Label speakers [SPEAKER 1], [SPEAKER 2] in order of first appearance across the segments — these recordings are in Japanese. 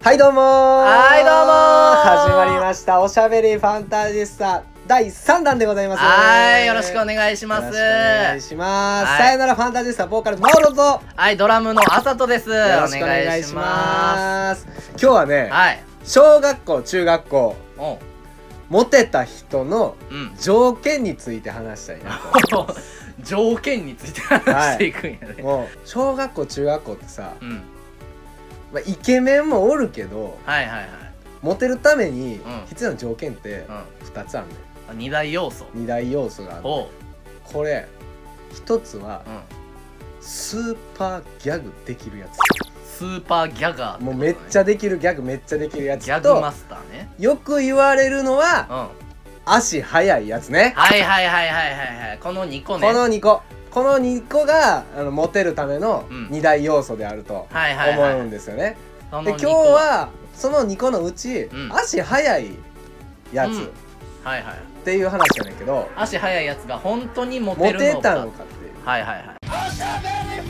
[SPEAKER 1] はいどうもー
[SPEAKER 2] はいどうもー
[SPEAKER 1] 始まりましたおしゃべりファンタジスタ第3弾でございます
[SPEAKER 2] はい、よろしくお
[SPEAKER 1] いし
[SPEAKER 2] 願いします。
[SPEAKER 1] お願いします、
[SPEAKER 2] はい
[SPEAKER 1] さよならファンタジスタボーカルマオロとよ
[SPEAKER 2] はい、ドラムのあさとです。お
[SPEAKER 1] ろしくお願
[SPEAKER 2] 願
[SPEAKER 1] い
[SPEAKER 2] い
[SPEAKER 1] し
[SPEAKER 2] しま
[SPEAKER 1] ます今日はね
[SPEAKER 2] す。はい。
[SPEAKER 1] 小学校中学校
[SPEAKER 2] おう
[SPEAKER 1] モテた人の
[SPEAKER 2] うん。
[SPEAKER 1] 条件について話したい なと
[SPEAKER 2] 条件について話していくんやね。
[SPEAKER 1] もう小学校中学校ってさ、
[SPEAKER 2] うん。
[SPEAKER 1] まあ、イケメンもおるけど
[SPEAKER 2] はいはいはい。
[SPEAKER 1] モテるために
[SPEAKER 2] うん
[SPEAKER 1] 必要な条件って
[SPEAKER 2] うんあ
[SPEAKER 1] 2つあるね。
[SPEAKER 2] 二大要素。
[SPEAKER 1] 二大要素がある
[SPEAKER 2] おう。
[SPEAKER 1] これ一つは
[SPEAKER 2] うん。
[SPEAKER 1] スーパーギャグできるや
[SPEAKER 2] スーパーギャガー
[SPEAKER 1] つもうめっち
[SPEAKER 2] ゃ
[SPEAKER 1] ゃできるギャグめっちゃできるや
[SPEAKER 2] ギャ
[SPEAKER 1] つ
[SPEAKER 2] グ
[SPEAKER 1] と
[SPEAKER 2] マスターね。
[SPEAKER 1] よく言われるの
[SPEAKER 2] う
[SPEAKER 1] は
[SPEAKER 2] ん。はい
[SPEAKER 1] 足速いやつね
[SPEAKER 2] はいはいはいはいはい。この二個ね。
[SPEAKER 1] この2個この2個があのモテるための
[SPEAKER 2] うん
[SPEAKER 1] 二大要素であると
[SPEAKER 2] はいはいはい。
[SPEAKER 1] 思うんですよね、
[SPEAKER 2] その
[SPEAKER 1] で
[SPEAKER 2] 二
[SPEAKER 1] 今日
[SPEAKER 2] 個
[SPEAKER 1] はその2個のうち、
[SPEAKER 2] うん
[SPEAKER 1] 足速いや
[SPEAKER 2] うん
[SPEAKER 1] つ
[SPEAKER 2] はいはい。
[SPEAKER 1] っていう話じゃないけど、
[SPEAKER 2] 足速いやつが本当にモ
[SPEAKER 1] モ
[SPEAKER 2] テるのか。
[SPEAKER 1] テたのかっていう
[SPEAKER 2] はいはいはい。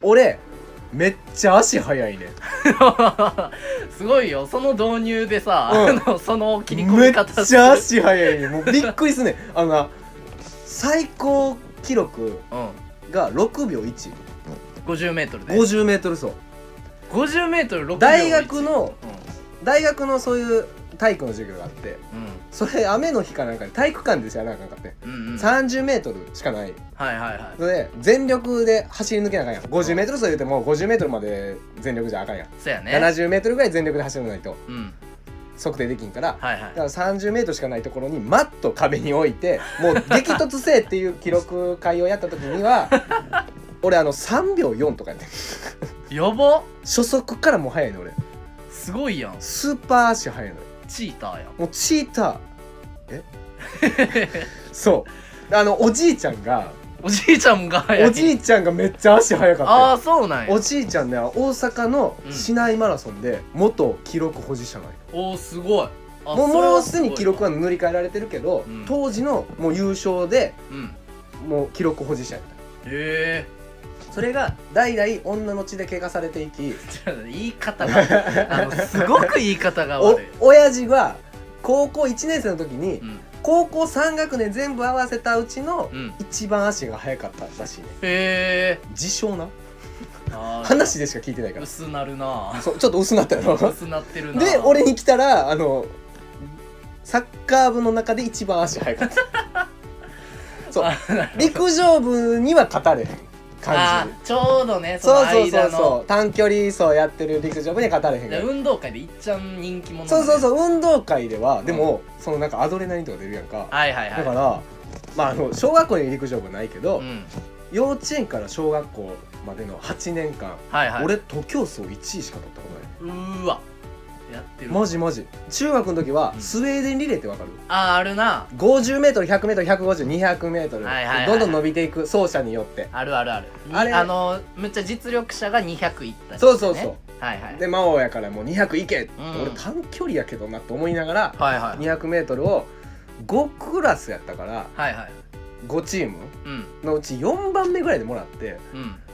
[SPEAKER 1] 俺めっちゃ足速いね
[SPEAKER 2] すごいよその導入でさ、
[SPEAKER 1] うん
[SPEAKER 2] あのその切り
[SPEAKER 1] め
[SPEAKER 2] 込み
[SPEAKER 1] っ
[SPEAKER 2] 方
[SPEAKER 1] ちゃ足速いねもうびっくりすんねんあのな最高記録
[SPEAKER 2] うん
[SPEAKER 1] が6秒1
[SPEAKER 2] 50m で
[SPEAKER 1] 50m 走
[SPEAKER 2] 50m6 秒
[SPEAKER 1] 大学の
[SPEAKER 2] うん
[SPEAKER 1] 大学のそういう体育の授業があって
[SPEAKER 2] う
[SPEAKER 1] それ雨の日かなんかで体育館でしらなあかんかって、
[SPEAKER 2] んうんうんはい
[SPEAKER 1] 30m しかない
[SPEAKER 2] はいはい
[SPEAKER 1] それで全力で走り抜けなあかんやん 50m 走言うても 50m まで全力じゃあかんやん
[SPEAKER 2] そうやね
[SPEAKER 1] 70m ぐらい全力で走らないと
[SPEAKER 2] うん
[SPEAKER 1] 測定できんから
[SPEAKER 2] はいは
[SPEAKER 1] だ
[SPEAKER 2] い
[SPEAKER 1] から30メートルしかないところにマッと壁に置いてもう激突せえっていう記録会をやった時に は俺あの3秒4とかやね
[SPEAKER 2] やば
[SPEAKER 1] 初速からもう速いの俺
[SPEAKER 2] すごいやん
[SPEAKER 1] スーパー足速いのよ
[SPEAKER 2] チーターやん
[SPEAKER 1] もうチーターえそうあのおじいちゃんが
[SPEAKER 2] おじいちゃんが
[SPEAKER 1] おじ
[SPEAKER 2] い
[SPEAKER 1] いちゃんがめっちゃ足速かった
[SPEAKER 2] あ
[SPEAKER 1] よ
[SPEAKER 2] あそうなんや
[SPEAKER 1] おじいちゃんね大阪の市内マラソンで元記録保持者なんよ
[SPEAKER 2] おおすごいあ
[SPEAKER 1] もう
[SPEAKER 2] それ
[SPEAKER 1] も
[SPEAKER 2] は
[SPEAKER 1] うすでに記録は
[SPEAKER 2] す
[SPEAKER 1] 塗り替えられてるけど、
[SPEAKER 2] うん
[SPEAKER 1] 当時のもう優勝で
[SPEAKER 2] ごいわうん
[SPEAKER 1] もう記録保持者やった
[SPEAKER 2] へえ
[SPEAKER 1] それが代々女の血で怪我されていき
[SPEAKER 2] 言い方があのすごく言い方が
[SPEAKER 1] お
[SPEAKER 2] 悪い
[SPEAKER 1] 親父は高校1年生の時に
[SPEAKER 2] うん
[SPEAKER 1] 高校3学年全部合わせたうちの
[SPEAKER 2] うんへ
[SPEAKER 1] 一番足が速かったらしいね
[SPEAKER 2] え
[SPEAKER 1] 自称な
[SPEAKER 2] あー
[SPEAKER 1] 話でしか聞いてないから
[SPEAKER 2] 薄なるな
[SPEAKER 1] そうちょっと薄なったやろ
[SPEAKER 2] 薄なってるな
[SPEAKER 1] で俺に来たらあのサッカー部の中で一番足速かった そう
[SPEAKER 2] あ
[SPEAKER 1] 陸上部には勝たれへん
[SPEAKER 2] あ
[SPEAKER 1] 感じ
[SPEAKER 2] ちょうどねそ
[SPEAKER 1] そうそ
[SPEAKER 2] の
[SPEAKER 1] うそ
[SPEAKER 2] 間
[SPEAKER 1] う
[SPEAKER 2] の
[SPEAKER 1] そう短距離走やってる陸上部には勝たれへんか
[SPEAKER 2] で
[SPEAKER 1] ら
[SPEAKER 2] 運動会でいっちゃん人気者
[SPEAKER 1] そうそう
[SPEAKER 2] う
[SPEAKER 1] そう運動会では、
[SPEAKER 2] ん
[SPEAKER 1] でもそのなんかアドレナリンとか出るやんか、
[SPEAKER 2] はいはいはい
[SPEAKER 1] だからまああの小学校に陸上部ないけど、
[SPEAKER 2] うん、
[SPEAKER 1] 幼稚園から小学校までの8年間、
[SPEAKER 2] はいはい
[SPEAKER 1] 俺徒競走1位しか取ったことな
[SPEAKER 2] うーわやってる
[SPEAKER 1] いマジマジ中学の時は
[SPEAKER 2] うん
[SPEAKER 1] スウェーデンリレーってわかる、
[SPEAKER 2] あーあるな
[SPEAKER 1] 50m100m150200m、
[SPEAKER 2] はいはいはい
[SPEAKER 1] どんどん伸びていく走者によって
[SPEAKER 2] あるあるある
[SPEAKER 1] あれ
[SPEAKER 2] あのむっちゃ実力者が200いったり、ね、
[SPEAKER 1] そうそうそう
[SPEAKER 2] はいはい
[SPEAKER 1] で魔王やからもう200いけって、
[SPEAKER 2] うん
[SPEAKER 1] 俺短距離やけどなと思いながら
[SPEAKER 2] はいはい
[SPEAKER 1] 200m を5クラスやったから
[SPEAKER 2] はいはい
[SPEAKER 1] 5チーム
[SPEAKER 2] うん
[SPEAKER 1] のうち4番目ぐらいでもらって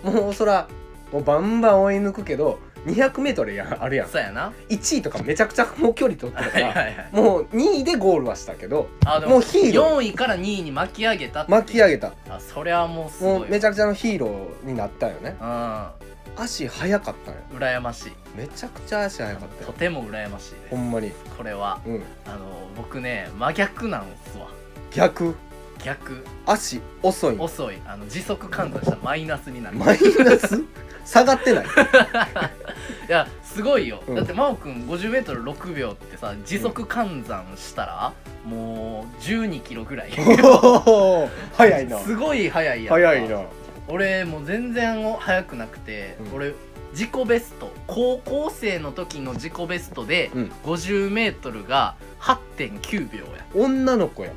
[SPEAKER 2] うん
[SPEAKER 1] もうそらもうバンバン追い抜くけど 200m やあるやん
[SPEAKER 2] そうやな
[SPEAKER 1] 1位とかめちゃくちゃもう距離取ってた
[SPEAKER 2] は
[SPEAKER 1] か
[SPEAKER 2] い
[SPEAKER 1] ら、
[SPEAKER 2] はいはい
[SPEAKER 1] もう2位でゴールはしたけど
[SPEAKER 2] あで
[SPEAKER 1] もうヒーロー
[SPEAKER 2] 4位から2位に巻き上げたっていう
[SPEAKER 1] 巻き上げた
[SPEAKER 2] あそれはもうすごい
[SPEAKER 1] もうめちゃくちゃのヒーローになったよね
[SPEAKER 2] ゃ
[SPEAKER 1] 足速かったよ
[SPEAKER 2] うん羨ましい
[SPEAKER 1] めちゃくちゃ足速かった
[SPEAKER 2] と
[SPEAKER 1] よ
[SPEAKER 2] ても羨ましい
[SPEAKER 1] ほ
[SPEAKER 2] です
[SPEAKER 1] んまに
[SPEAKER 2] これは
[SPEAKER 1] うん
[SPEAKER 2] あの僕ね真逆なんすわ
[SPEAKER 1] 逆
[SPEAKER 2] 逆
[SPEAKER 1] 足遅い
[SPEAKER 2] 遅いあの時速換算したらマイナスになる
[SPEAKER 1] マイナス下が ってない
[SPEAKER 2] いやすごいよ、
[SPEAKER 1] うん
[SPEAKER 2] だって真央君 50m6 秒ってさ時速換算したら、もう12キロぐ らい
[SPEAKER 1] おー速いな
[SPEAKER 2] すごい速いやんか
[SPEAKER 1] 速いな
[SPEAKER 2] 俺もう全然速くなくて、
[SPEAKER 1] うん
[SPEAKER 2] 俺自己ベスト高校生の時の自己ベストで、
[SPEAKER 1] うん
[SPEAKER 2] 50m が8.9秒や
[SPEAKER 1] 女の子や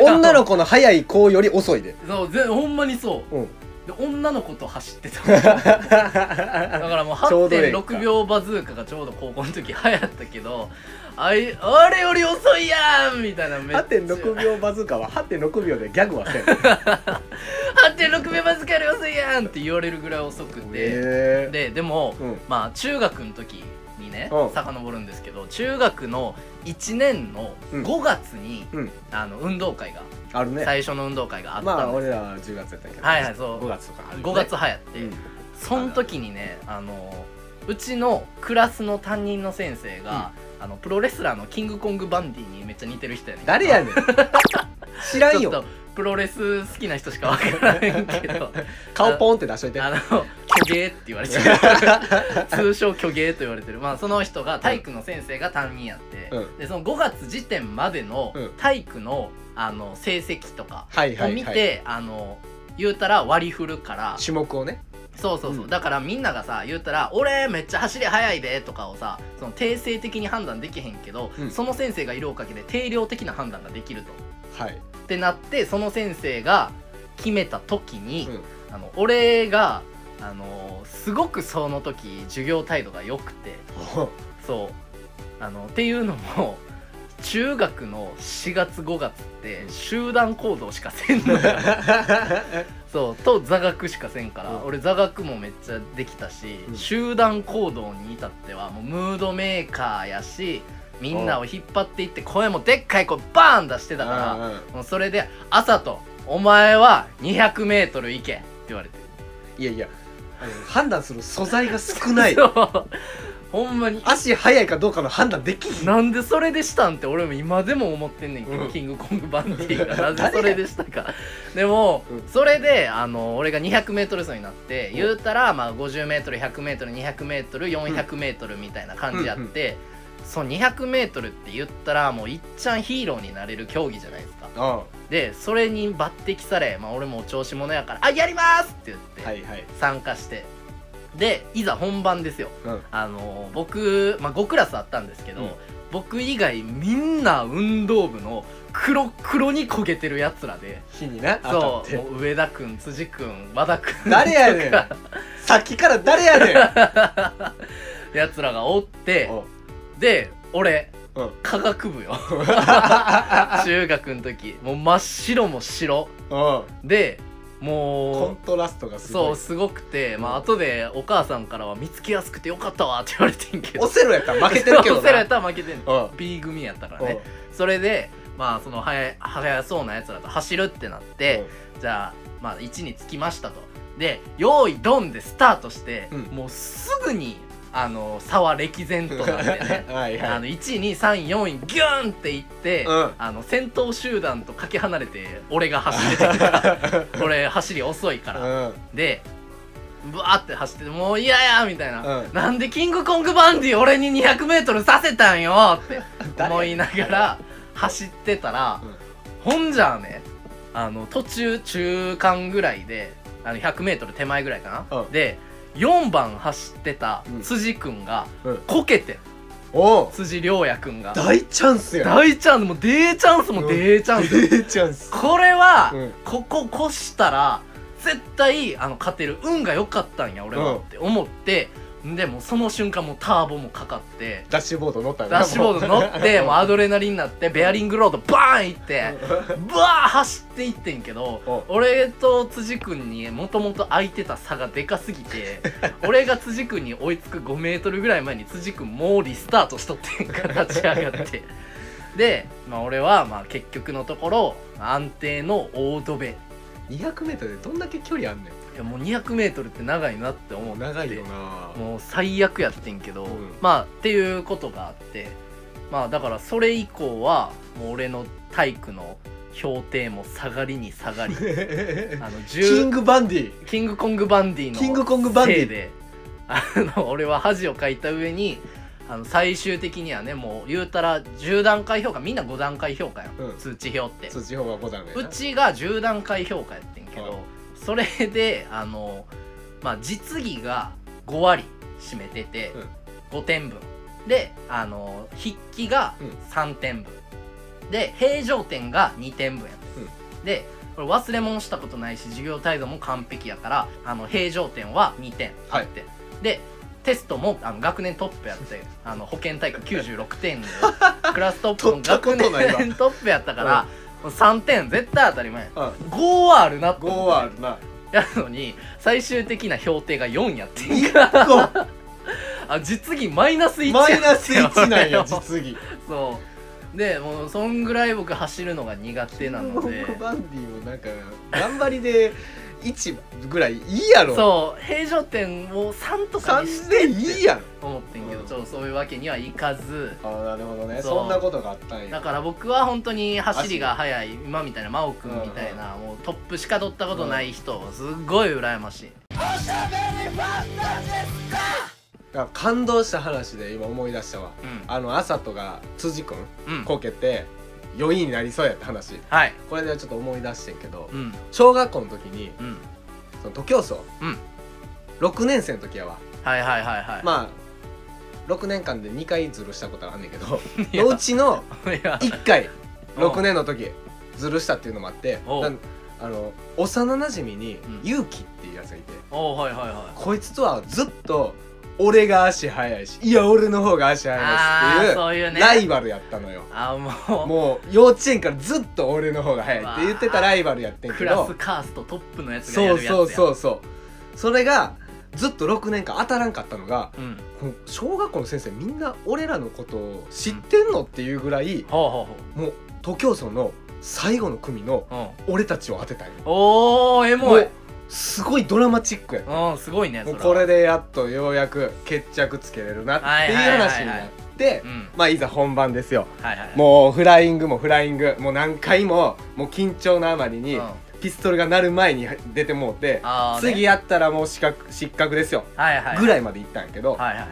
[SPEAKER 1] 女の子の速い子より遅いで
[SPEAKER 2] そうぜほんまにそう、
[SPEAKER 1] うん
[SPEAKER 2] で女の子と走っ てただからもう
[SPEAKER 1] ちょうどええか
[SPEAKER 2] 8.6秒バズーカがちょうど高校の時流行ったけどあいあれより遅いやんみたいなめっちゃ
[SPEAKER 1] 8.6秒バズーカは8.6秒でギャグはせん
[SPEAKER 2] 8.6秒まずかありませんやんって言われるぐらい遅くて、
[SPEAKER 1] え
[SPEAKER 2] ででも、
[SPEAKER 1] ーうん
[SPEAKER 2] まあ中学の時にね、
[SPEAKER 1] うん
[SPEAKER 2] 遡るんですけど中学の1年の
[SPEAKER 1] うん
[SPEAKER 2] 5月に、
[SPEAKER 1] うん
[SPEAKER 2] あの運動会が、
[SPEAKER 1] あるね
[SPEAKER 2] 最初の運動会があった
[SPEAKER 1] まあ
[SPEAKER 2] んです、
[SPEAKER 1] 俺らは10月やったけど
[SPEAKER 2] はいはいそう
[SPEAKER 1] 5月とかあるよね
[SPEAKER 2] 5月流行って、
[SPEAKER 1] うん
[SPEAKER 2] その時にねあのうちのクラスの担任の先生が、あのプロレスラーのキングコングバンディにめっちゃ似てる人やねん
[SPEAKER 1] 誰 やねん知らん
[SPEAKER 2] ちょっ
[SPEAKER 1] よ
[SPEAKER 2] とプロレス好きな人しかわからへん けど
[SPEAKER 1] 顔ポンって出しといて
[SPEAKER 2] あの虚芸って言わ れてる通称虚芸と言われてるまあその人が体育の先生が担任やって、
[SPEAKER 1] うん
[SPEAKER 2] でその5月時点までの
[SPEAKER 1] うん
[SPEAKER 2] 体育のあの成績とか
[SPEAKER 1] はい
[SPEAKER 2] を
[SPEAKER 1] はい
[SPEAKER 2] 見て、
[SPEAKER 1] はい
[SPEAKER 2] あの言うたら割り振るから
[SPEAKER 1] 種目をね
[SPEAKER 2] そうそうそう、
[SPEAKER 1] うん
[SPEAKER 2] だからみんながさ言うたら「俺めっちゃ走り速いで」とかをさその定性的に判断できへんけど、
[SPEAKER 1] うん
[SPEAKER 2] その先生がいるおかげで定量的な判断ができると。
[SPEAKER 1] はい
[SPEAKER 2] ってなってその先生が決めた時に、
[SPEAKER 1] うん
[SPEAKER 2] あの俺があのすごくその時授業態度が良くてそうあのっていうのも中学の4月5月って集団行動しかせんのよそうと座学しかせんから、
[SPEAKER 1] うん
[SPEAKER 2] 俺座学もめっちゃできたし、
[SPEAKER 1] うん
[SPEAKER 2] 集団行動に至ってはもうムードメーカーやしみんなを引っ張っていって声もでっかい声バーン出してたから。
[SPEAKER 1] うんうん
[SPEAKER 2] もうそれで朝と「お前は 200m 行け」って言われて
[SPEAKER 1] いやいやあの判断する素材が少ない
[SPEAKER 2] そうほんまに
[SPEAKER 1] 足速いかどうかの判断できひん
[SPEAKER 2] なんでそれでしたんって俺も今でも思ってんねんけど、
[SPEAKER 1] うん
[SPEAKER 2] キングコングバンディがなぜそれでしたかでも、
[SPEAKER 1] うん
[SPEAKER 2] それであの俺が 200m 走になって、
[SPEAKER 1] うん
[SPEAKER 2] 言うたら、まあ、50m100m200m400m みたいな感じやって、そう 200m って言ったらもういっちゃんヒーローになれる競技じゃないですか
[SPEAKER 1] うんは
[SPEAKER 2] でそれに抜擢され、まあ、俺もお調子者やから「あやります!」って言って、
[SPEAKER 1] いはい
[SPEAKER 2] 参加してでいざ本番ですよ、
[SPEAKER 1] うん
[SPEAKER 2] あの僕、まあ、5クラスあったんですけど、
[SPEAKER 1] うん
[SPEAKER 2] 僕以外みんな運動部の黒黒に焦げてるやつらで
[SPEAKER 1] 火にな当た
[SPEAKER 2] そ
[SPEAKER 1] っ
[SPEAKER 2] うも
[SPEAKER 1] て
[SPEAKER 2] う上田君辻君和田君
[SPEAKER 1] 誰やねん
[SPEAKER 2] とか
[SPEAKER 1] さっきから誰や ねん
[SPEAKER 2] やつらがおって
[SPEAKER 1] おう
[SPEAKER 2] で俺
[SPEAKER 1] うん
[SPEAKER 2] 科学部よ 中学の時もう真っ白も白
[SPEAKER 1] うん
[SPEAKER 2] で
[SPEAKER 1] コ
[SPEAKER 2] も
[SPEAKER 1] ン
[SPEAKER 2] う
[SPEAKER 1] トラストがす
[SPEAKER 2] そ
[SPEAKER 1] ご
[SPEAKER 2] う
[SPEAKER 1] い
[SPEAKER 2] すごくて、ま
[SPEAKER 1] うん
[SPEAKER 2] あ後でお母さんからは見つけやすくてよかったわって言われてんけど
[SPEAKER 1] オセロやったら負けてるけどな
[SPEAKER 2] オセロやったら負けてんの
[SPEAKER 1] うん
[SPEAKER 2] B 組やったから
[SPEAKER 1] うん
[SPEAKER 2] ねそれでまあその速い速そうなやつらと走るってなってじゃあまあ1につきましたとで「用意ドン!」でスタートして、
[SPEAKER 1] うん
[SPEAKER 2] もうすぐにあの差は歴然となってね
[SPEAKER 1] はい
[SPEAKER 2] あ
[SPEAKER 1] は
[SPEAKER 2] の
[SPEAKER 1] い
[SPEAKER 2] 1位2位3位4位ギューンっていって、
[SPEAKER 1] うん
[SPEAKER 2] あの先頭集団とかけ離れて俺が走ってた 俺走り遅いか
[SPEAKER 1] う
[SPEAKER 2] ら、
[SPEAKER 1] ん
[SPEAKER 2] でブワーって走っててもう嫌やみたいな、
[SPEAKER 1] うん
[SPEAKER 2] なんでキングコングバンディ俺に 200m させたんよって思いながら走ってたら、
[SPEAKER 1] うん
[SPEAKER 2] ほんじゃあねあの途中中間ぐらいであの 100m 手前ぐらいかな、
[SPEAKER 1] うん
[SPEAKER 2] で4番走ってた辻君が
[SPEAKER 1] うん
[SPEAKER 2] こけてん
[SPEAKER 1] おう
[SPEAKER 2] 辻良也君が
[SPEAKER 1] 大チャンスや
[SPEAKER 2] 大チャンスもうデーチャンスもデーチャンス、
[SPEAKER 1] 大チャンス
[SPEAKER 2] これは、
[SPEAKER 1] うん
[SPEAKER 2] ここ越したら絶対あの勝てる運が良かったんや俺は
[SPEAKER 1] うん
[SPEAKER 2] って思って、でもうその瞬間もうターボもかかって
[SPEAKER 1] ダッシュボード乗ったよな
[SPEAKER 2] ダッシュボード乗ってもうアドレナリンになってベアリングロードバーン行ってブワー走っていってんけど俺と辻君にもともと空いてた差がでかすぎて俺が辻君に追いつく5メートルぐらい前に辻君もうリスタートしとってんから立ち上がってで、まあ、俺はまあ結局のところ安定の大戸辺
[SPEAKER 1] 200m でどんだけ距離あんね
[SPEAKER 2] いやもう 200m って長いなって思っ
[SPEAKER 1] ん
[SPEAKER 2] て
[SPEAKER 1] 長いよな
[SPEAKER 2] もう最悪やってんけど、
[SPEAKER 1] うん
[SPEAKER 2] まあっていうことがあってまあだからそれ以降はもう俺の体育の評定も下がりに下がり あの
[SPEAKER 1] キン
[SPEAKER 2] 10
[SPEAKER 1] グバンディ
[SPEAKER 2] キングコングバンディの
[SPEAKER 1] キングコングバンディ
[SPEAKER 2] せいであの俺は恥をかいた上にあの最終的にはねもう言うたら10段階評価みんな5段階評価やん、
[SPEAKER 1] うん
[SPEAKER 2] 通知表って
[SPEAKER 1] そっちの方がボタンやな
[SPEAKER 2] うちが10段階評価やってんけ
[SPEAKER 1] はい
[SPEAKER 2] どそれであのまあ実技が5割占めてて5点分であの筆記が
[SPEAKER 1] うん
[SPEAKER 2] 3点分で平常点が2点分やったでこれ忘れ物したことないし授業態度も完璧やからあの平常点は2点
[SPEAKER 1] はい
[SPEAKER 2] 8点でテストもあの学年トップやってあの保健体育96点で クラストップ
[SPEAKER 1] 取
[SPEAKER 2] の
[SPEAKER 1] ったこ
[SPEAKER 2] 学
[SPEAKER 1] とないわ
[SPEAKER 2] 年トップやったから、 3点絶対当たり前や
[SPEAKER 1] うん
[SPEAKER 2] 5はあるなって
[SPEAKER 1] 5はあるな
[SPEAKER 2] やるのに最終的な評定が4やってん
[SPEAKER 1] 1個
[SPEAKER 2] あ実技マイナス1や
[SPEAKER 1] マイナス1なんや
[SPEAKER 2] 俺の
[SPEAKER 1] 実技
[SPEAKER 2] そうでもうそんぐらい僕走るのが苦手なので
[SPEAKER 1] バンディもなんか頑張りで1ぐらいいいやろ
[SPEAKER 2] そう平常点を3とかにし
[SPEAKER 1] 3
[SPEAKER 2] て
[SPEAKER 1] で
[SPEAKER 2] っ
[SPEAKER 1] いい
[SPEAKER 2] て
[SPEAKER 1] やん
[SPEAKER 2] 思ってんけど
[SPEAKER 1] うん
[SPEAKER 2] ちょっとそういうわけにはいかず
[SPEAKER 1] ああなるほどね
[SPEAKER 2] そう
[SPEAKER 1] そんなことがあったん
[SPEAKER 2] だ
[SPEAKER 1] や
[SPEAKER 2] から僕は本当に走りが速い今みたいな真央君みたいなもうトップしか取ったことない人すっごい羨ましい
[SPEAKER 1] あ感動した話で今思い出したわ
[SPEAKER 2] うん
[SPEAKER 1] あの朝とが辻君
[SPEAKER 2] うん
[SPEAKER 1] こけて4位になりそうやった話
[SPEAKER 2] はい
[SPEAKER 1] これでちょっと思い出してんけど
[SPEAKER 2] うん
[SPEAKER 1] 小学校の時に
[SPEAKER 2] うん
[SPEAKER 1] その徒競走、
[SPEAKER 2] うん
[SPEAKER 1] 6年生の時やわ
[SPEAKER 2] はいはいはいはい
[SPEAKER 1] まあ6年間で2回ズルしたことあんねんけど
[SPEAKER 2] いや
[SPEAKER 1] のうちの
[SPEAKER 2] いや
[SPEAKER 1] 1回
[SPEAKER 2] うん
[SPEAKER 1] 6年の時ズルしたっていうのもあって
[SPEAKER 2] おう
[SPEAKER 1] なんあの幼なじみに
[SPEAKER 2] うん
[SPEAKER 1] 勇気っていうやつがいて、
[SPEAKER 2] おうはいはいはい
[SPEAKER 1] こいつとはずっと俺が足速いしいや俺の方が足
[SPEAKER 2] あ
[SPEAKER 1] 速い
[SPEAKER 2] あ
[SPEAKER 1] で
[SPEAKER 2] ー
[SPEAKER 1] すっ
[SPEAKER 2] そうい
[SPEAKER 1] ていうう
[SPEAKER 2] ね
[SPEAKER 1] ライバルやったのよ
[SPEAKER 2] あーもう
[SPEAKER 1] もう幼稚園からずっと俺の方が速いって言ってたライバルやってん
[SPEAKER 2] ク
[SPEAKER 1] け
[SPEAKER 2] ラ
[SPEAKER 1] ど
[SPEAKER 2] スカーストトップのやつがや
[SPEAKER 1] そ
[SPEAKER 2] る
[SPEAKER 1] う
[SPEAKER 2] やつや
[SPEAKER 1] そうそううそうそれがずっと6年間当たらんかったのが
[SPEAKER 2] そう、うん、
[SPEAKER 1] この小学校の先生みんな俺らのことを知ってんのっていうぐらい
[SPEAKER 2] ほうほう
[SPEAKER 1] もう徒競走の最後の組の
[SPEAKER 2] ほう、うん、
[SPEAKER 1] 俺たちを当てたい
[SPEAKER 2] おーエ
[SPEAKER 1] も
[SPEAKER 2] モいう
[SPEAKER 1] すごいドラマチックやった
[SPEAKER 2] うんすごいねそ
[SPEAKER 1] もう
[SPEAKER 2] は
[SPEAKER 1] これでやっとようやく決着つけれるなっていう話になって
[SPEAKER 2] うん
[SPEAKER 1] まあいざ本番ですよ
[SPEAKER 2] はいはい
[SPEAKER 1] もうフライングもフライングもう何回ももう緊張のあまり
[SPEAKER 2] う
[SPEAKER 1] に
[SPEAKER 2] ん
[SPEAKER 1] ピストルが鳴る前に出てもうて
[SPEAKER 2] あーね
[SPEAKER 1] 次やったらもう失格失格ですよ
[SPEAKER 2] はいはい
[SPEAKER 1] ぐらいまで行ったんやけど
[SPEAKER 2] はいはい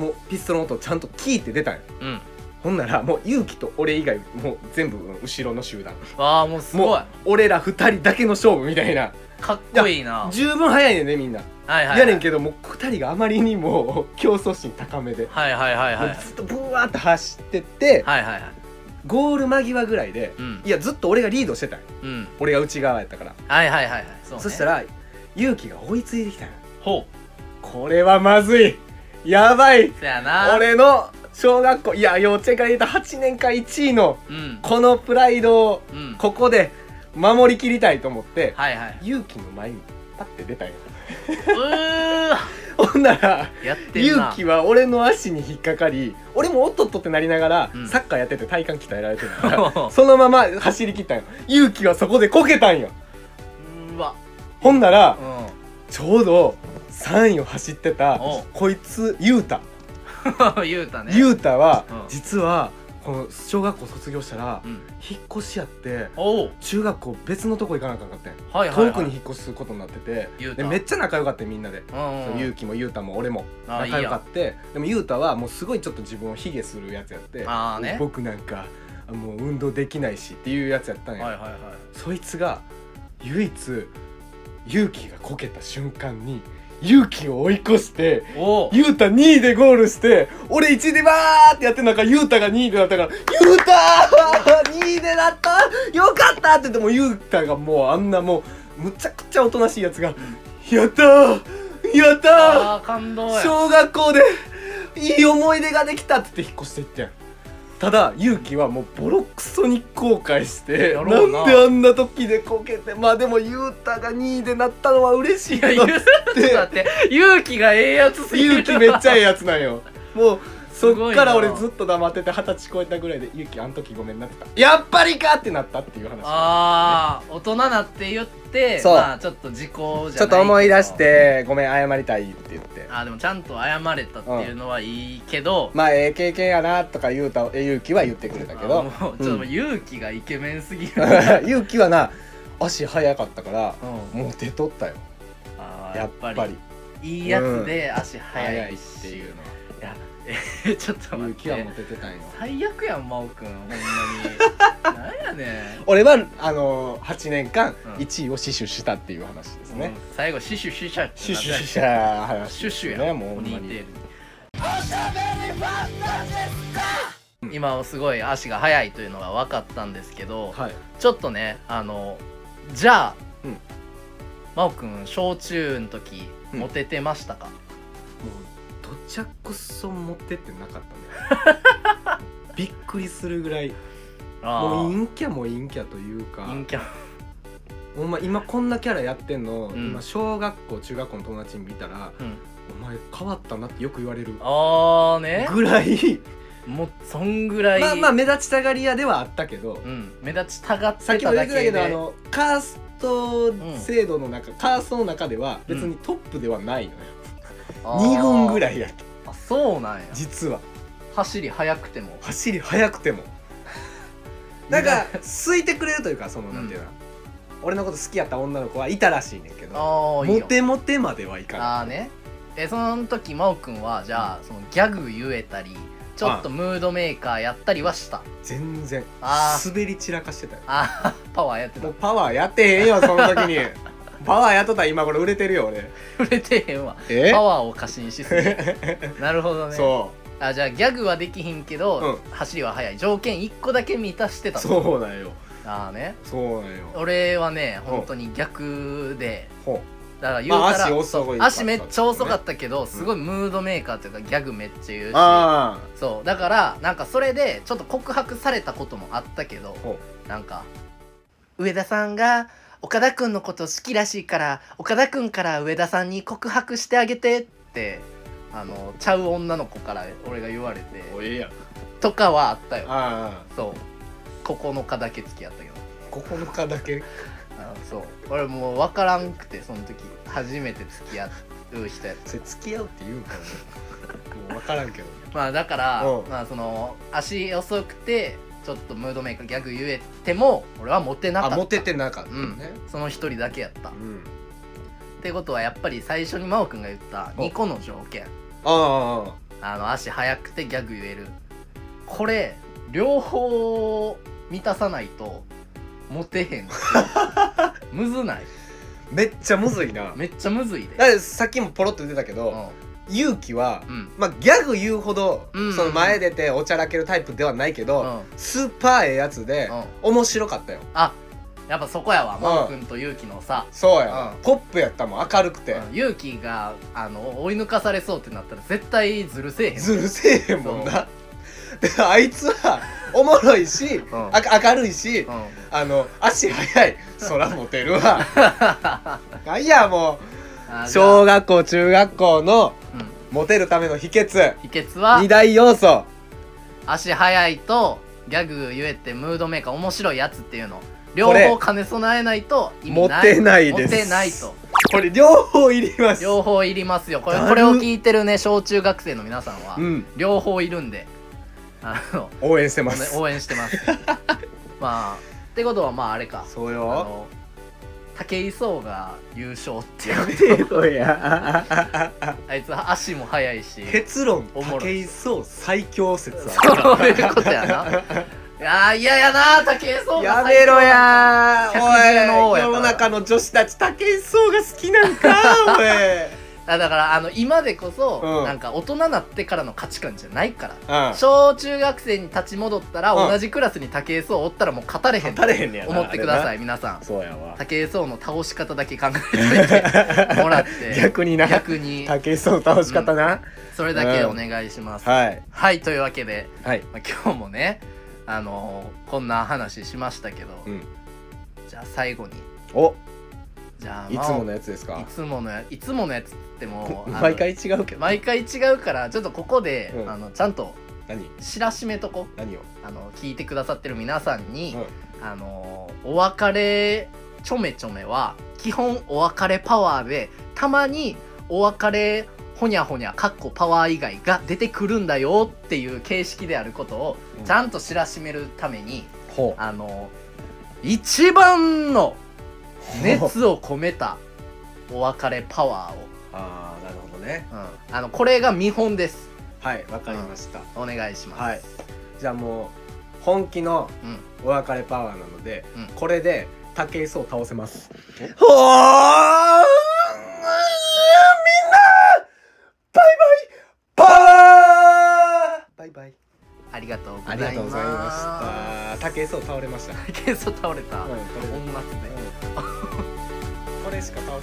[SPEAKER 1] もうピストルの音をちゃんと聞いて出たんや
[SPEAKER 2] うん
[SPEAKER 1] ほんならもう勇気と俺以外もう全部後ろの集団
[SPEAKER 2] わあもうす
[SPEAKER 1] も
[SPEAKER 2] ごいう
[SPEAKER 1] 俺ら2人だけの勝負みたいな
[SPEAKER 2] かっこいいな
[SPEAKER 1] 十分早いねんねみんな
[SPEAKER 2] はいはい
[SPEAKER 1] やねんけどもう2人があまりにも 競争心高めで、
[SPEAKER 2] はいはいはいはい
[SPEAKER 1] もうずっとブワーって走ってって、
[SPEAKER 2] はいはいはい
[SPEAKER 1] ゴール間際ぐらいで、
[SPEAKER 2] うん
[SPEAKER 1] いやずっと俺がリードしてたんよ
[SPEAKER 2] うん
[SPEAKER 1] 俺が内側やったから
[SPEAKER 2] はいはいはいはいそうね
[SPEAKER 1] そしたら勇気が追いついてきたんよ
[SPEAKER 2] ほ
[SPEAKER 1] これはまずいやばいう
[SPEAKER 2] そやな
[SPEAKER 1] 俺の小学校いや幼稚園から言うと8年間1位の
[SPEAKER 2] うん
[SPEAKER 1] このプライドを
[SPEAKER 2] うん
[SPEAKER 1] ここで守りきりたいと思って、
[SPEAKER 2] はいはい
[SPEAKER 1] 勇気の前にパッて出たんよ
[SPEAKER 2] うー
[SPEAKER 1] ほんなら
[SPEAKER 2] やってんな
[SPEAKER 1] 勇気は俺の足に引っかかり俺もおっとっとってなりながら、
[SPEAKER 2] うん
[SPEAKER 1] サッカーやってて体幹鍛えられてるか
[SPEAKER 2] おう
[SPEAKER 1] らそのまま走り切ったんよ勇気はそこでこけたんよ
[SPEAKER 2] うわ
[SPEAKER 1] ほんなら
[SPEAKER 2] うん
[SPEAKER 1] ちょうど3位を走ってた
[SPEAKER 2] おう
[SPEAKER 1] こいつ雄太
[SPEAKER 2] 言うたね
[SPEAKER 1] 雄太は
[SPEAKER 2] うん
[SPEAKER 1] 実はこの小学校卒業したら
[SPEAKER 2] うん
[SPEAKER 1] 引っ越しやって
[SPEAKER 2] おう
[SPEAKER 1] 中学校別のとこ行かなあかんかったんよ
[SPEAKER 2] はいはいは
[SPEAKER 1] 遠
[SPEAKER 2] い
[SPEAKER 1] くに引っ越すことになってて
[SPEAKER 2] 雄太
[SPEAKER 1] でめっちゃ仲良かったよみんなで
[SPEAKER 2] うんうん
[SPEAKER 1] 勇気もゆうたも俺も
[SPEAKER 2] あー
[SPEAKER 1] 仲良かってでもゆうたはもうすごいちょっと自分を卑下するやつやって
[SPEAKER 2] あーね
[SPEAKER 1] 僕なんかもう運動できないしっていうやつやったんや、
[SPEAKER 2] はいはいはい
[SPEAKER 1] そいつが唯一勇気がこけた瞬間に勇気を追い越して
[SPEAKER 2] おお
[SPEAKER 1] ゆうた2位でゴールして俺1位でバーってやってん中ゆうたが2位でなったから「ゆうたー !2 位でなったよかった!」って言ってもゆうたがもうあんなもうむちゃくちゃおとなしいやつが「やったーやったー
[SPEAKER 2] あー感動や
[SPEAKER 1] 小学校でいい思い出ができたって言って引っ越していってんただ勇気はもうボロクソに後悔して
[SPEAKER 2] や
[SPEAKER 1] な
[SPEAKER 2] ろうんな
[SPEAKER 1] であんな時でこけてまあでも雄太が2位でなったのは嬉しい
[SPEAKER 2] いや、
[SPEAKER 1] け
[SPEAKER 2] ゆ
[SPEAKER 1] ど
[SPEAKER 2] う、ちょっと待って、勇気がええやつすぎる。
[SPEAKER 1] 勇気めっちゃええ
[SPEAKER 2] え。
[SPEAKER 1] やつなんよもうそっから
[SPEAKER 2] すごい
[SPEAKER 1] 俺
[SPEAKER 2] な
[SPEAKER 1] ずっと黙ってて二十歳超えたぐらいで「勇気あん時ごめんな」って言った「やっぱりか!」ってなったっていう話
[SPEAKER 2] ああ、大人なって言って、
[SPEAKER 1] そう
[SPEAKER 2] まあ、ちょっと時効じゃないけど。
[SPEAKER 1] て「ごめん謝りたい」って言って
[SPEAKER 2] あーでもちゃんと謝れたっていうのはいいけど、
[SPEAKER 1] まあええ経験やなとか言うた勇気は言ってくれた
[SPEAKER 2] あーもうちょっともう勇気がイケメンすぎる。
[SPEAKER 1] 勇気はな足早かったから
[SPEAKER 2] うん
[SPEAKER 1] もう出とったよ
[SPEAKER 2] あー
[SPEAKER 1] やっぱり
[SPEAKER 2] いいやつで足速いし、
[SPEAKER 1] 早いっていうのは
[SPEAKER 2] やえ ちょっと待
[SPEAKER 1] 勇
[SPEAKER 2] っ
[SPEAKER 1] 気は
[SPEAKER 2] て
[SPEAKER 1] もう出てたんよ
[SPEAKER 2] 最悪やん真央くんほんま になんやね
[SPEAKER 1] 俺はあのー、8年間
[SPEAKER 2] うん
[SPEAKER 1] 1位を死守したっていう話です
[SPEAKER 2] ん、
[SPEAKER 1] ね
[SPEAKER 2] うん最後シュシュシュシャって
[SPEAKER 1] 死
[SPEAKER 2] な
[SPEAKER 1] 守
[SPEAKER 2] ったやん
[SPEAKER 1] した話
[SPEAKER 2] シュシュ
[SPEAKER 1] ね
[SPEAKER 2] や
[SPEAKER 1] もうほんまに
[SPEAKER 2] 今すごい足が速いというのが分かったんですけど、
[SPEAKER 1] はい
[SPEAKER 2] ちょっとねあのじゃあ、
[SPEAKER 1] うん
[SPEAKER 2] 真央くん小中の時
[SPEAKER 1] うん
[SPEAKER 2] モテてましたか、
[SPEAKER 1] もうどちゃくそ持ってってなかったねびっくりするぐらい
[SPEAKER 2] あー
[SPEAKER 1] もう陰キャも陰キャというか
[SPEAKER 2] 陰キャ
[SPEAKER 1] ほんま今こんなキャラやってんの、
[SPEAKER 2] うん
[SPEAKER 1] 今小学校中学校の友達に見たら
[SPEAKER 2] うん
[SPEAKER 1] 「お前変わったな」ってよく言われる
[SPEAKER 2] ああね
[SPEAKER 1] ぐらい
[SPEAKER 2] もうそんぐらい
[SPEAKER 1] まあまあ目立ちたがり屋ではあったけど
[SPEAKER 2] うん、目立ちたがって
[SPEAKER 1] さ
[SPEAKER 2] た
[SPEAKER 1] っきも言
[SPEAKER 2] だ
[SPEAKER 1] ってた
[SPEAKER 2] け
[SPEAKER 1] けどあ
[SPEAKER 2] で
[SPEAKER 1] のカースト制度の中、カーストの中では別にトップではないのよ、2軍ぐ
[SPEAKER 2] い
[SPEAKER 1] らいやった
[SPEAKER 2] あそうなんや
[SPEAKER 1] 実は
[SPEAKER 2] 走り速くても
[SPEAKER 1] 走り速くてもなんか好いてくれるというかそのなんていうの、俺のこと好きやった女の子はいたらしいねんけど
[SPEAKER 2] ああいい
[SPEAKER 1] モ
[SPEAKER 2] よ
[SPEAKER 1] テモテまではいかない
[SPEAKER 2] ああねえその時真央くんはじゃあそのギャグ言えたりちょっとムードメーカーやったりはした
[SPEAKER 1] 全然
[SPEAKER 2] あー
[SPEAKER 1] 滑り散らかしてたよ
[SPEAKER 2] あー パワーやってた
[SPEAKER 1] もうパワーやってへんよその時 にパワーやっとったら今これ売れてるよ俺
[SPEAKER 2] 触れてへんわ
[SPEAKER 1] え
[SPEAKER 2] パワーを過信しす ぎるなるほどね
[SPEAKER 1] そ
[SPEAKER 2] あじゃあギャグはできひんけど、走りは速い条件1個だけ満たして
[SPEAKER 1] う
[SPEAKER 2] たう
[SPEAKER 1] そうなんよ
[SPEAKER 2] ああね
[SPEAKER 1] そうなんよ
[SPEAKER 2] 俺はね本当に逆で
[SPEAKER 1] ほ
[SPEAKER 2] だから
[SPEAKER 1] う
[SPEAKER 2] 言
[SPEAKER 1] ま
[SPEAKER 2] う
[SPEAKER 1] あ
[SPEAKER 2] たら、
[SPEAKER 1] 足遅い
[SPEAKER 2] 足めっちゃ遅か
[SPEAKER 1] た
[SPEAKER 2] ったけど、すごいムードメーカーというかギャグめっちゃ言うし
[SPEAKER 1] あ
[SPEAKER 2] そうだからなんかそれでちょっと告白されたこともあったけど
[SPEAKER 1] あほ
[SPEAKER 2] なんか上田さんが岡田君のこと好きらしいから岡田君から上田さんに告白してあげてってあのちゃう女の子から俺が言われて
[SPEAKER 1] うおいええやん
[SPEAKER 2] とかはあったよ
[SPEAKER 1] あ
[SPEAKER 2] そう9日だけ付き合ったけど
[SPEAKER 1] あ9日だけ
[SPEAKER 2] あのそう俺もう分からんくてその時初めて付き合う人やった
[SPEAKER 1] それ付き合うって言うんか なもう分からんけど
[SPEAKER 2] まあだから、
[SPEAKER 1] うん
[SPEAKER 2] まあその足遅くてちょっとムードメーカーギャグ言えても俺はモテなか
[SPEAKER 1] あ
[SPEAKER 2] った
[SPEAKER 1] モテてなかった
[SPEAKER 2] う
[SPEAKER 1] の
[SPEAKER 2] ん
[SPEAKER 1] ね、
[SPEAKER 2] その一人だけやった、
[SPEAKER 1] う
[SPEAKER 2] っ
[SPEAKER 1] ん
[SPEAKER 2] てことはやっぱり最初に真央くんが言った
[SPEAKER 1] お
[SPEAKER 2] 2個の条件
[SPEAKER 1] ああ
[SPEAKER 2] あの足速くてギャグ言えるこれ両方満たさないとモテへ んむずない
[SPEAKER 1] めっちゃむずいな
[SPEAKER 2] めっちゃむずいで
[SPEAKER 1] だってさっきもポロッと出てたけど、勇気は
[SPEAKER 2] うんうん
[SPEAKER 1] まあギャグ言うほど、
[SPEAKER 2] うん
[SPEAKER 1] その前出ておちゃらけるタイプではないけど、
[SPEAKER 2] うん
[SPEAKER 1] スーパーええやつで、面白かったよ
[SPEAKER 2] あやっぱそこやわ
[SPEAKER 1] ん
[SPEAKER 2] 真央くんと勇気のさ、
[SPEAKER 1] そうや、
[SPEAKER 2] うん
[SPEAKER 1] ポップやったもん明るくて、
[SPEAKER 2] うん勇気があの追い抜かされそうってなったら絶対ずるせえへん
[SPEAKER 1] ずるせえへんもんなであいつはおもろいし、
[SPEAKER 2] ん
[SPEAKER 1] あ明るいし、
[SPEAKER 2] うん
[SPEAKER 1] あの足速い空モテるわ なんやも
[SPEAKER 2] あ
[SPEAKER 1] う
[SPEAKER 2] じゃあ
[SPEAKER 1] 小学校中学校の
[SPEAKER 2] うん
[SPEAKER 1] モテるための秘訣
[SPEAKER 2] 秘訣は
[SPEAKER 1] 二大要素
[SPEAKER 2] 足速いとギャグ言えてムードメーカー面白いやつっていうの両
[SPEAKER 1] これ
[SPEAKER 2] 方兼ね備えないと意味ない
[SPEAKER 1] モテないです
[SPEAKER 2] モテないと
[SPEAKER 1] これ両方いります
[SPEAKER 2] 両方いりますよこれ
[SPEAKER 1] だる
[SPEAKER 2] これを聞いてるね小中学生の皆さんは、
[SPEAKER 1] うん
[SPEAKER 2] 両方いるんであの
[SPEAKER 1] 応援してます、
[SPEAKER 2] 応援してます まあってことはまああれか
[SPEAKER 1] そう
[SPEAKER 2] あ
[SPEAKER 1] よ
[SPEAKER 2] の武井壮が優勝っていう
[SPEAKER 1] てろや
[SPEAKER 2] あいつは足も速いし
[SPEAKER 1] 結論
[SPEAKER 2] おもろ
[SPEAKER 1] 武
[SPEAKER 2] い
[SPEAKER 1] 井壮最強説
[SPEAKER 2] そういうことやない やー嫌やな武井壮が
[SPEAKER 1] や
[SPEAKER 2] 最強
[SPEAKER 1] めろやー
[SPEAKER 2] 百獣の
[SPEAKER 1] お
[SPEAKER 2] 王
[SPEAKER 1] い
[SPEAKER 2] や
[SPEAKER 1] 世
[SPEAKER 2] から
[SPEAKER 1] の中の女子たち武井壮が好きなん かおい
[SPEAKER 2] あだからあの今でこそ、
[SPEAKER 1] うん
[SPEAKER 2] なんか大人なってからの価値観じゃないから、
[SPEAKER 1] うん
[SPEAKER 2] 小中学生に立ち戻ったら、
[SPEAKER 1] うん
[SPEAKER 2] 同じクラスに武井壮おったらもう語れへん
[SPEAKER 1] 語れへんねやな
[SPEAKER 2] 思ってくだ
[SPEAKER 1] あ
[SPEAKER 2] さ
[SPEAKER 1] れ
[SPEAKER 2] い皆さん
[SPEAKER 1] そうやわ
[SPEAKER 2] 武井壮の倒し方だけ考えておいてもらって
[SPEAKER 1] 逆にな
[SPEAKER 2] 逆に
[SPEAKER 1] 武井壮倒し方な、
[SPEAKER 2] それだけお願いします、
[SPEAKER 1] はい
[SPEAKER 2] はいというわけで、
[SPEAKER 1] はい
[SPEAKER 2] まあ、今日もねあのーこんな話しましたけど、
[SPEAKER 1] うん
[SPEAKER 2] じゃあ最後に
[SPEAKER 1] お
[SPEAKER 2] じゃあ
[SPEAKER 1] いつものやつです
[SPEAKER 2] まあい
[SPEAKER 1] か
[SPEAKER 2] つものやいつものやつって言ってもあの
[SPEAKER 1] 毎回違うけど
[SPEAKER 2] 毎回違うからちょっとここで、
[SPEAKER 1] うん
[SPEAKER 2] あのちゃんと
[SPEAKER 1] 何
[SPEAKER 2] 知らしめとこ
[SPEAKER 1] 何を、
[SPEAKER 2] あの聞いてくださってる皆さんに、
[SPEAKER 1] う
[SPEAKER 2] あのお別れちょめちょめは基本お別れパワーでたまにお別れほにゃほにゃかっこパワー以外が出てくるんだよっていう形式であることを
[SPEAKER 1] うん
[SPEAKER 2] ちゃんと知らしめるために、
[SPEAKER 1] ん、ほ
[SPEAKER 2] あの一番の
[SPEAKER 1] う
[SPEAKER 2] 熱を込めたお別れパワーを、
[SPEAKER 1] ああなるほどね
[SPEAKER 2] うん、あのこれが見本です
[SPEAKER 1] はいわかりました、
[SPEAKER 2] お願いします、
[SPEAKER 1] はいじゃあもう本気の
[SPEAKER 2] うん
[SPEAKER 1] お別れパワーなので、
[SPEAKER 2] うん
[SPEAKER 1] これで武井壮倒せますほーみんなバイバイパワーバイバイ
[SPEAKER 2] ありがとうござ
[SPEAKER 1] あ
[SPEAKER 2] い
[SPEAKER 1] り
[SPEAKER 2] ま
[SPEAKER 1] が
[SPEAKER 2] す
[SPEAKER 1] とうございました武井壮倒れま した、
[SPEAKER 2] た。ケンソ倒れた。
[SPEAKER 1] うん
[SPEAKER 2] 音楽で。
[SPEAKER 1] これしか倒せない